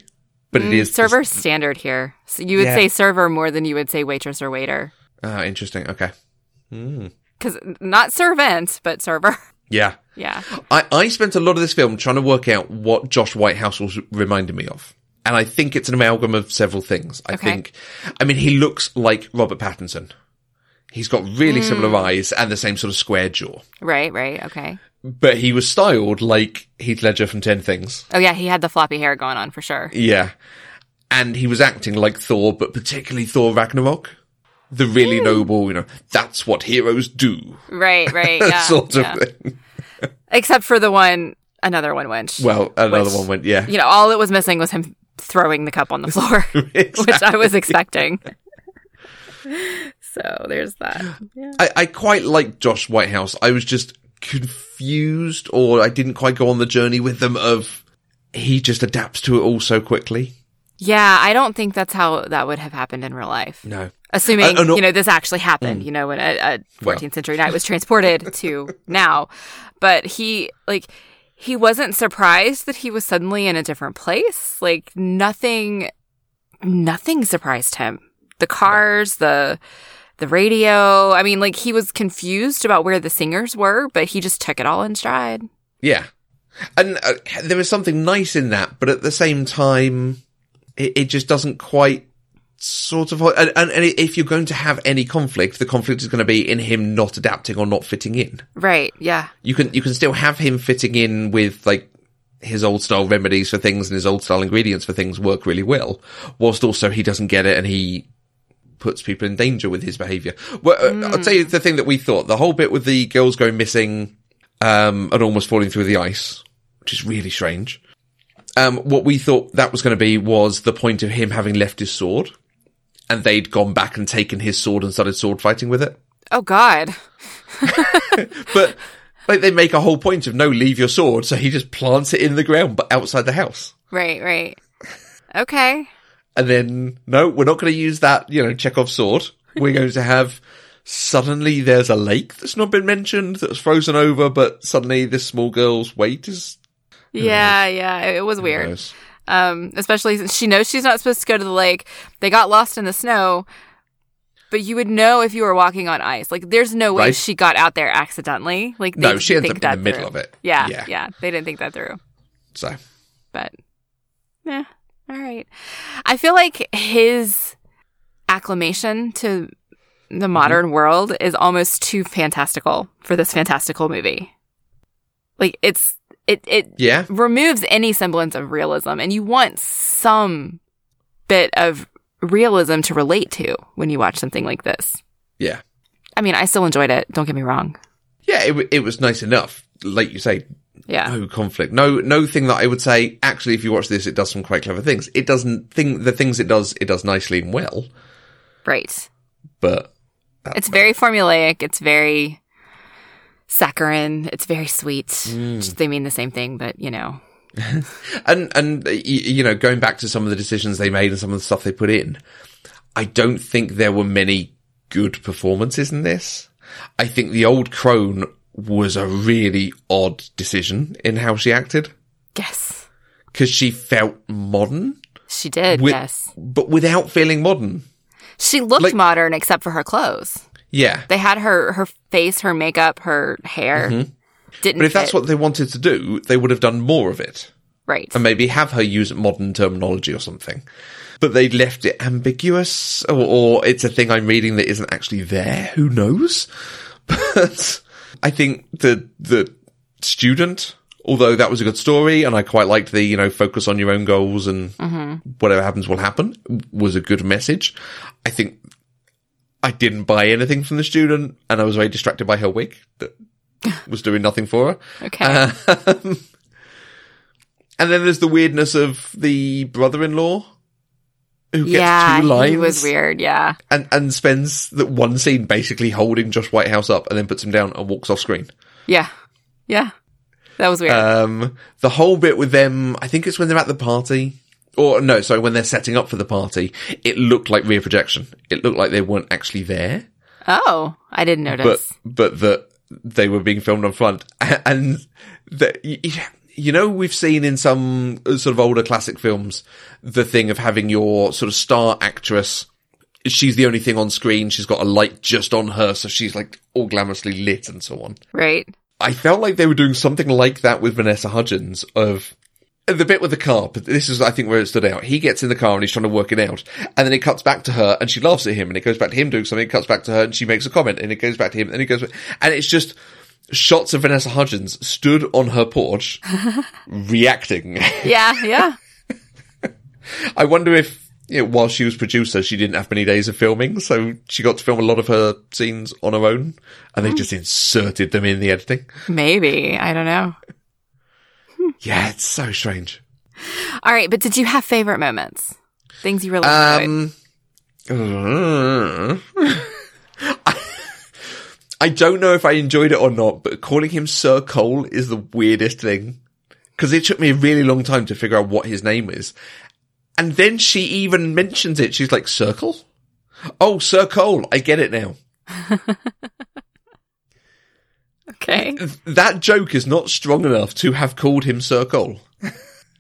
but it is Mm, server standard here. So you would Yeah. say server more than you would say waitress or waiter. Ah, interesting. Okay. Because not servant, but server. Yeah. yeah. I, I spent a lot of this film trying to work out what Josh Whitehouse was reminding me of. And I think it's an amalgam of several things. I Okay. think, I mean, he looks like Robert Pattinson. He's got really similar Mm. eyes and the same sort of square jaw, Right, right. Okay. but he was styled like Heath Ledger from 10 Things. Oh, yeah. He had the floppy hair going on for sure. Yeah. And he was acting like Thor, but particularly Thor Ragnarok. The really noble, you know, that's what heroes do Right, right. Yeah. sort of yeah. thing. Except for the one, another one wench. Well, another Which- one went, yeah. you know, all it was missing was him throwing the cup on the floor, which I was expecting. so there's that. I, I quite like Josh Whitehouse. I was just confused or I didn't quite go on the journey with them of he just adapts to it all so quickly. Yeah, I don't think that's how that would have happened in real life. No. Assuming, Uh, uh, no. Mm. you know, this actually happened, you know, when a, a 14th Well. century knight was transported to now. But he, like, he wasn't surprised that he was suddenly in a different place. Like, nothing, nothing surprised him. The cars, the, the radio. I mean, like, he was confused about where the singers were, but he just took it all in stride. Yeah. And uh, there is something nice in that, but at the same time, it, it just doesn't quite sort of, and, and, and if you're going to have any conflict, the conflict is going to be in him not adapting or not fitting in. Right. Yeah. You can, you can still have him fitting in with like his old style remedies for things and his old style ingredients for things work really well, whilst also he doesn't get it and he puts people in danger with his behavior. Well, uh, I'll tell you the thing that we thought, the whole bit with the girls going missing, um, and almost falling through the ice, which is really strange. Um, what we thought that was going to be was the point of him having left his sword and they'd gone back and taken his sword and started sword fighting with it. Oh, God. But like they make a whole point of no, leave your sword. So he just plants it in the ground, but outside the house. Right. Right. Okay. And then no, we're not going to use that, you know, Chekhov sword. We're going to have suddenly there's a lake that's not been mentioned that's frozen over, but suddenly this small girl's weight is Yeah. Yeah. It it was weird. Yes. um, especially since she knows she's not supposed to go to the lake. They got lost in the snow, but you would know if you were walking on ice. Like, there's no way Right. she got out there accidentally. Like, they No, didn't she ends think up in that the middle through. of it. Yeah, yeah, Yeah. They didn't think that through, So but yeah, all right. I feel like his acclamation to the Mm-hmm. modern world is almost too fantastical for this fantastical movie. Like, it's it it yeah, removes any semblance of realism and you want some bit of realism to relate to when you watch something like this. yeah, I mean, I still enjoyed it, don't get me wrong. yeah. It, w- it was nice enough. Like you say, Yeah. no conflict, no no thing that I would say. Actually, if you watch this, it does some quite clever things. It doesn't think the things it does, it does nicely and well. Right. but It's very formulaic. It's very saccharine. It's very sweet. Mm. Just- they mean the same thing, but you know, and and uh, y- you know going back to some of the decisions they made and some of the stuff they put in i don't think there were many good performances in this i think the old crone was a really odd decision in how she acted yes, because she felt modern she did. with- yes, but without feeling modern she looked like- modern except for her clothes. yeah They had her her face, her makeup, her hair. Didn't. Mm-hmm. but if that's fit. what they wanted to do they would have done more of it right. and maybe have her use modern terminology or something but they left it ambiguous or, or it's a thing i'm reading that isn't actually there who knows but I think the the student, although that was a good story, and I quite liked the you know focus on your own goals and whatever happens will happen was a good message. I think I didn't buy anything from the student, and I was very distracted by her wig that was doing nothing for her. Okay. Um, and then there's the weirdness of the brother-in-law who gets yeah, two lines he was weird. Yeah, and and spends that one scene basically holding Josh Whitehouse up and then puts him down and walks off screen. yeah, yeah. That was weird. Um, the whole bit with them, I think it's when they're at the party, or no, sorry, when they're setting up for the party, it looked like rear projection. It looked like they weren't actually there, oh, I didn't notice. but but that they were being filmed on front, and that y- y- you know we've seen in some uh, sort of older classic films the thing of having your sort of star actress. She's the only thing on screen. She's got a light just on her, so she's like all glamorously lit and so on. right. I felt like they were doing something like that with Vanessa Hudgens of the bit with the car, but this is, I think, where it stood out. He gets in the car and he's trying to work it out. And then it cuts back to her and she laughs at him and it goes back to him doing something. It cuts back to her and she makes a comment and it goes back to him and it goes back. And it's just shots of Vanessa Hudgens stood on her porch reacting. Yeah, yeah. I wonder if, you know, while she was producer, she didn't have many days of filming. So she got to film a lot of her scenes on her own and they just inserted them in the editing. Maybe I don't know. Yeah, it's so strange. All right, but did you have favorite moments? Things you really enjoyed? Um, I don't know if I enjoyed it or not, but calling him Sir Cole is the weirdest thing because it took me a really long time to figure out what his name is, and then she even mentions it. She's like, "Circle." Oh, Sir Cole, I get it now. Okay. That joke is not strong enough to have called him Sir Cole.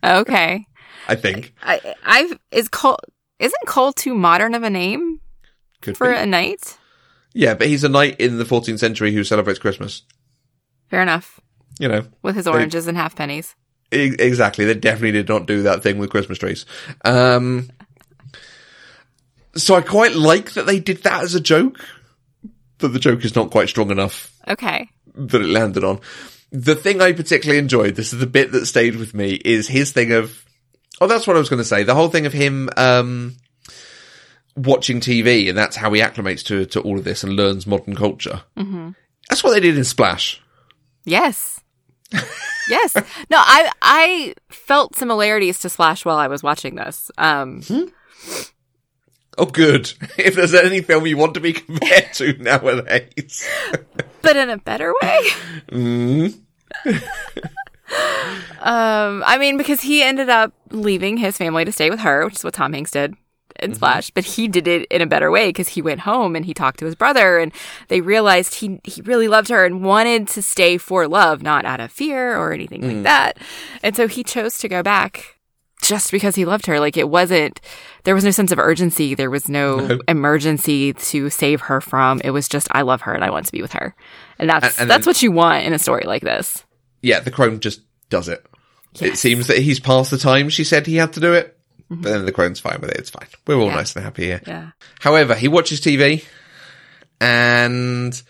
Okay. I think I I've is Cole isn't Cole too modern of a name could for be. a knight? yeah, but he's a knight in the 14th century who celebrates Christmas. Fair enough. You know, With his oranges and half pennies. E- Exactly. They definitely did not do that thing with Christmas trees. Um, so I quite like that they did that as a joke, but the joke is not quite strong enough Okay. that it landed on. The thing I particularly enjoyed, this is the bit that stayed with me, is his thing of, oh, that's what I was going to say. The whole thing of him, um, watching TV and that's how he acclimates to, to all of this and learns modern culture. Mm-hmm. That's what they did in Splash. Yes. yes. No, I I felt similarities to Splash while I was watching this. Um Oh, good. If there's any film you want to be compared to nowadays. but in a better way. um, I mean, because he ended up leaving his family to stay with her, which is what Tom Hanks did Mm-hmm. in Splash, but he did it in a better way because he went home and he talked to his brother, and they realized he he really loved her and wanted to stay for love, not out of fear or anything Mm. like that, and so he chose to go back. Just because he loved her. Like it wasn't, there was no sense of urgency. There was no No. emergency to save her from. It was just, I love her and I want to be with her. And that's And- and that's then- what you want in a story like this. Yeah, the crone just does it. It seems that he's past the time she said he had to do it, but then the crone's fine with it. It's fine. We're all Mm-hmm. Yeah. nice and happy here. Yeah. However, he watches TV and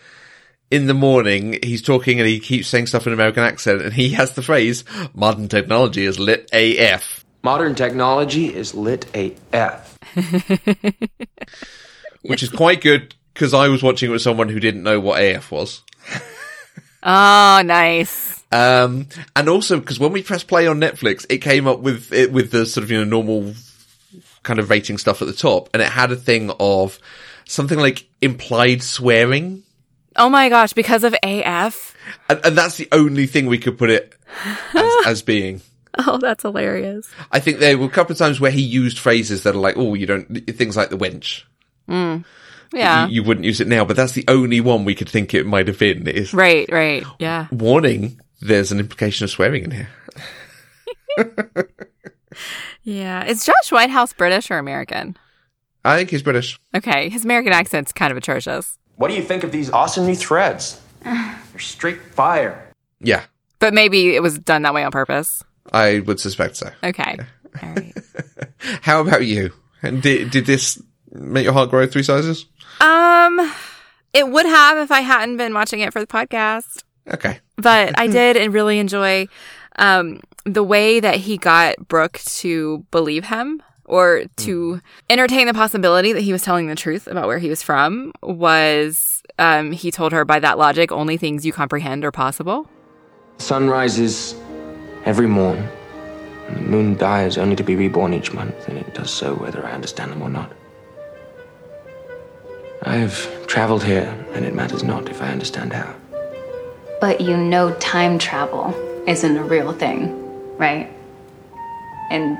in the morning he's talking and he keeps saying stuff in an American accent and he has the phrase, modern technology is lit AF. Modern technology is lit AF. Which is quite good because I was watching it with someone who didn't know what AF was. Oh, nice. Um, and also because when we pressed play on Netflix, it came up with it with the sort of you know normal kind of rating stuff at the top, and it had a thing of something like implied swearing. Oh my gosh, because of AF. And, and that's the only thing we could put it as, as being. Oh, that's hilarious. I think there were a couple of times where he used phrases that are like, oh, you don't, things like the wench. Yeah. You, you wouldn't use it now, but that's the only one we could think it might have been is right, right. Yeah. warning. There's an implication of swearing in here. Yeah. Is Josh Whitehouse British or American? I think he's British. Okay. His American accent's kind of atrocious. What do you think of these awesome new threads? They're straight fire. Yeah, But maybe it was done that way on purpose. I would suspect so. Okay. All right. How about you? And did, did this make your heart grow three sizes? Um, it would have if I hadn't been watching it for the podcast. Okay. but I did and really enjoy um, the way that he got Brooke to believe him or to entertain the possibility that he was telling the truth about where he was from was um, he told her by that logic only things you comprehend are possible. Sun rises every morn. And the moon dies only to be reborn each month, and it does so whether I understand them or not. I have traveled here, and it matters not if I understand how. But you know, time travel isn't a real thing, right? And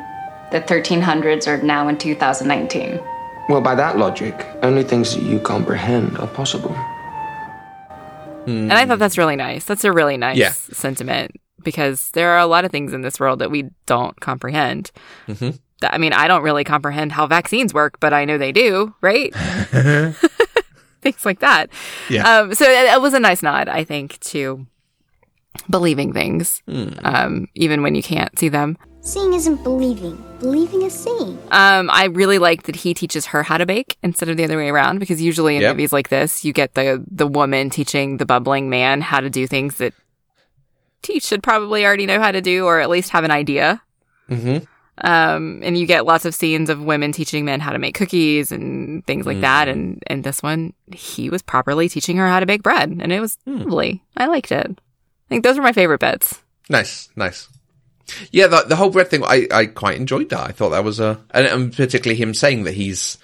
the 1300s are now in 2019. Well, by that logic, only things that you comprehend are possible. And I thought that's really nice. That's a really nice Yeah. sentiment because there are a lot of things in this world that we don't comprehend. Mm-hmm. That- I mean, I don't really comprehend how vaccines work, but I know they do, right? things like that. Yeah. Um, so it, it was a nice nod, I think, to believing things, Hmm. um, even when you can't see them. Seeing isn't believing. Believing is seeing. Um, I really like that he teaches her how to bake instead of the other way around because usually in Yep. movies like this, you get the the woman teaching the bubbling man how to do things that he should probably already know how to do or at least have an idea. Mhm. Um, and you get lots of scenes of women teaching men how to make cookies and things like that. And and this one, he was properly teaching her how to bake bread, and it was lovely. I liked it. I think those were my favorite bits. Nice, nice. Yeah, the, the whole bread thing, I, I quite enjoyed that. I thought that was a, and, and particularly him saying that he's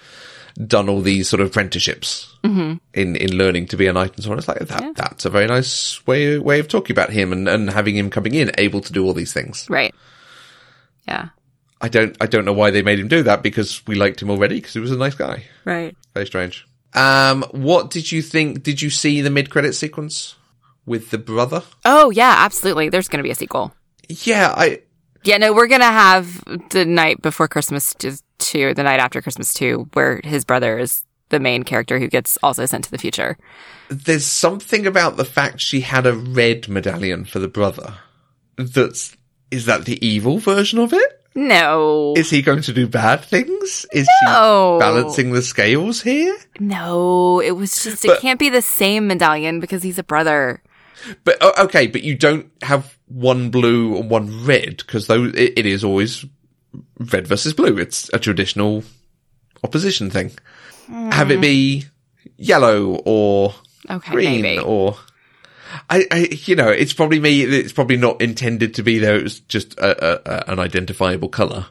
done all these sort of apprenticeships in, in learning to be a knight and so on. It's like that, that's a very nice way, way of talking about him and, and having him coming in able to do all these things. Right. Yeah. I don't, I don't know why they made him do that because we liked him already because he was a nice guy. Right. Very strange. Um, what did you think? Did you see the mid credit sequence with the brother? Oh yeah, absolutely. There's going to be a sequel. Yeah, I, Yeah, no, we're gonna have the night before Christmas t- two, or the night after Christmas two, where his brother is the main character who gets also sent to the future. there's something about the fact she had a red medallion for the brother. That's is that the evil version of it? No, Is he going to do bad things? Is No. she balancing the scales here? no, it was just it But- can't be the same medallion because he's a brother. But oh, okay, but you don't have one blue and one red because though it, it is always red versus blue. It's a traditional opposition thing. Have it be yellow or Okay, green maybe. or I, I, you know, it's probably me. It's probably not intended to be there. It was just a, a, a, an identifiable color.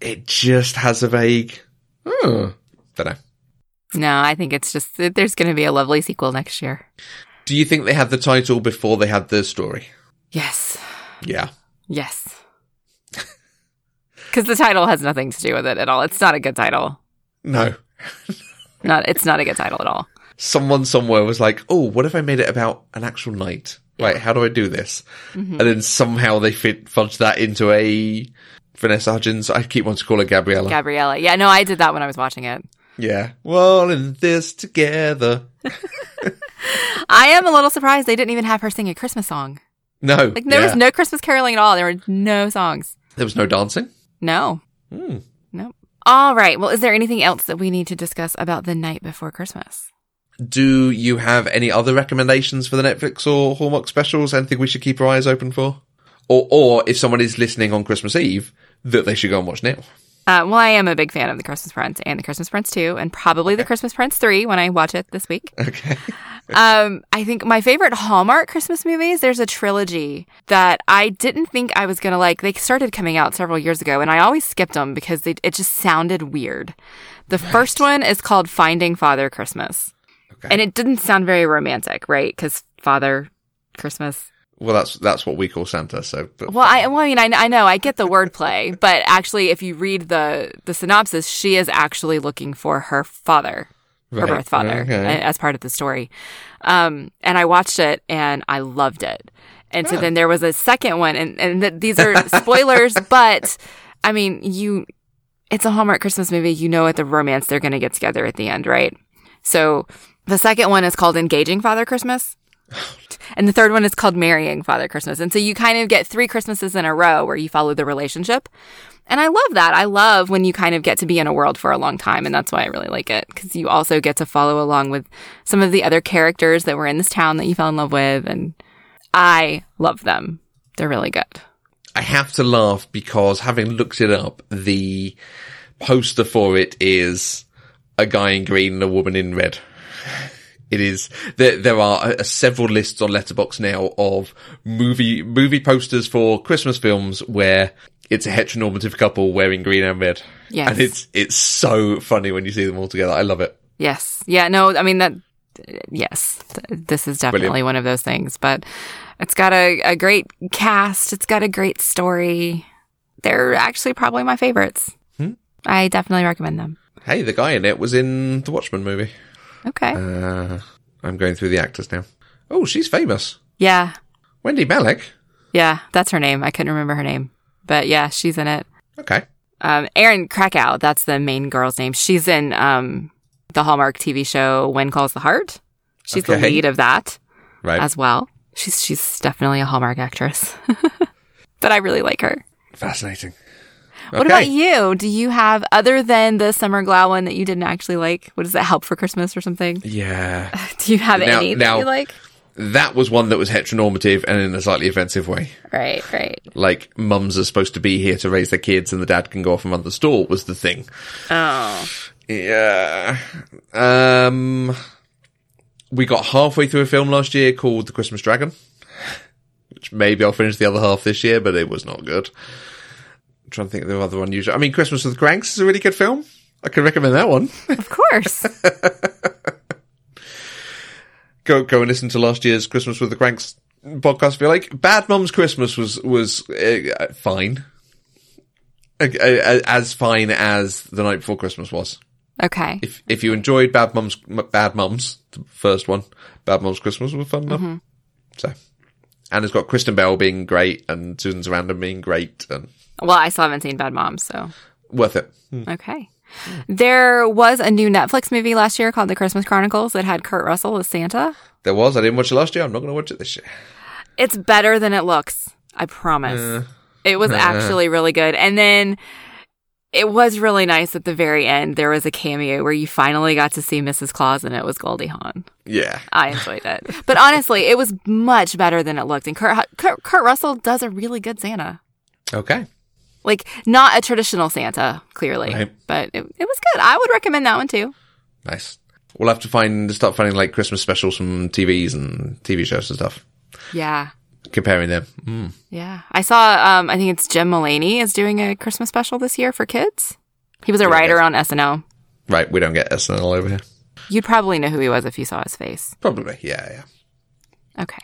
It just has a vague. Oh, don't know. No, I think it's just that there's gonna be a lovely sequel next year. Do you think they had the title before they had the story? Yes, Yeah. yes, because the title has nothing to do with it at all. It's not a good title. No. Not it's not a good title at all. someone somewhere was like, "Oh, what if I made it about an actual night? Right? How do I do this?" Mm-hmm. And then somehow they fit fudge that into a Vanessa Hudgens. I keep wanting to call her Gabriella. Gabriella. Yeah, no, I did that when I was watching it. yeah, we're all in this together. I am a little surprised they didn't even have her sing a Christmas song. No, Like there yeah. was no Christmas caroling at all. There were no songs. there was no dancing. No. Nope. All right. Well, is there anything else that we need to discuss about the night before Christmas? Do you have any other recommendations for the Netflix or Hallmark specials? Anything we should keep our eyes open for? Or, or if someone is listening on Christmas Eve, that they should go and watch now. Uh, well, I am a big fan of The Christmas Prince and The Christmas Prince 2 and probably The Christmas Prince 3 when I watch it this week. Okay. um, I think my favorite Hallmark Christmas movies, there's a trilogy that I didn't think I was going to like. They started coming out several years ago, and I always skipped them because they, it just sounded weird. The first one is called Finding Father Christmas. Okay. And it didn't sound very romantic, right? Because Father Christmas. Well, that's that's what we call Santa. So, but Well, I, well, I mean, I, I know I get the wordplay, but actually, if you read the the synopsis, she is actually looking for her father, her Right. birth father, Okay. a- as part of the story. Um, and I watched it and I loved it. And so then there was a second one, and and th- these are spoilers, but I mean, you, it's a Hallmark Christmas movie. You know, at the romance they're going to get together at the end, right? So the second one is called Engaging Father Christmas. And the third one is called Marrying Father Christmas. And so you kind of get three Christmases in a row where you follow the relationship. And I love that. I love when you kind of get to be in a world for a long time. And that's why I really like it because you also get to follow along with some of the other characters that were in this town that you fell in love with. And I love them. They're really good. I have to laugh because having looked it up, the poster for it is a guy in green and a woman in red. It is there. There are uh, several lists on Letterbox now of movie movie posters for Christmas films where it's a heteronormative couple wearing green and red. Yes. and it's it's so funny when you see them all together. I love it. Yes. Yeah. No, I mean, that, yes, Th- this is definitely Brilliant. one of those things, but it's got a, a great cast. It's got a great story. They're actually probably my favorites. Hmm? I definitely recommend them. Hey, the guy in it was in the Watchmen movie. Okay. Uh, I'm going through the actors now. Oh, she's famous. yeah. Wendy Malik. Yeah. That's her name. I couldn't remember her name, but yeah, she's in it. Okay. Um, Erin Krakow, that's the main girl's name. She's in, um, the Hallmark TV show When Calls the Heart. She's the Okay. lead of that. Right. as well. She's she's definitely a Hallmark actress. but I really like her. Fascinating. What about you? Do you have other than the Summer Glau one that you didn't actually like? What does that help for Christmas or something? Yeah. Do you have Now- any that now- you like? That was one that was heteronormative and in a slightly offensive way. Right, right. Like, mums are supposed to be here to raise their kids and the dad can go off and run the store was the thing. Oh. Yeah. Um, we got halfway through a film last year called The Christmas Dragon, which maybe I'll finish the other half this year, but it was not good. I'm trying to think of the other unusual. I mean, Christmas with the Cranks is a really good film. I can recommend that one. Of course. go go and listen to last year's Christmas with the Cranks podcast. If you like, Bad Mum's Christmas was was uh, fine, Uh, uh, as fine as the night before Christmas was. okay. If if you enjoyed Bad Mum's M- Bad Mum's the first one, Bad Mum's Christmas was fun enough. So, and it's got Kristen Bell being great and Susan Sarandon being great and Well, I still haven't seen Bad Moms, so worth it. okay. There was a new Netflix movie last year called The Christmas Chronicles that had Kurt Russell as Santa. There was. I didn't watch it last year. I'm not going to watch it this year. It's better than it looks. I promise. it was actually really good. And then it was really nice at the very end. There was a cameo where you finally got to see Mrs. Claus and it was Goldie Hawn. Yeah. I enjoyed it. but honestly, it was much better than it looked. And Kurt, Kurt, Kurt Russell does a really good Santa. Okay. Like, not a traditional Santa, clearly, Right. but it, it was good. I would recommend that one too. Nice. We'll have to find start finding like Christmas specials from TVs and TV shows and stuff. Yeah. Comparing them. Mm. Yeah. I saw, um, I think it's Jim Mullaney is doing a Christmas special this year for kids. He was a writer on SNL. Right, we don't get SNL over here. You'd probably know who he was if you saw his face. Probably, yeah, yeah. Okay.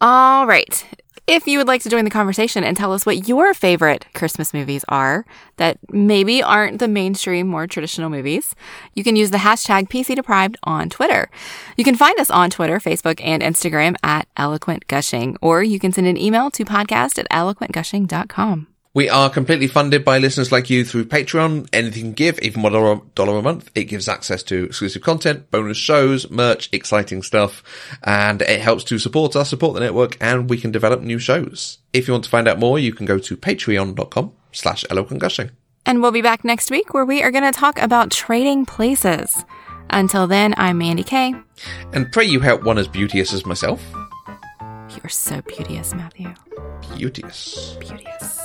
All right. If you would like to join the conversation and tell us what your favorite Christmas movies are that maybe aren't the mainstream, more traditional movies, you can use the hashtag PCDeprived on Twitter. You can find us on Twitter, Facebook, and Instagram at Eloquent Gushing, or you can send an email to podcast at eloquentgushing.com. We are completely funded by listeners like you through Patreon. Anything you give, even one dollar, dollar a month, it gives access to exclusive content, bonus shows, merch, exciting stuff, and it helps to support us, support the network, and we can develop new shows. If you want to find out more, you can go to patreon.com slash eloquent gushing. And we'll be back next week where we are going to talk about trading places. Until then, I'm Mandy Kay. And pray you help one as beauteous as myself. You're so beauteous, Matthew. Beauteous. Beauteous.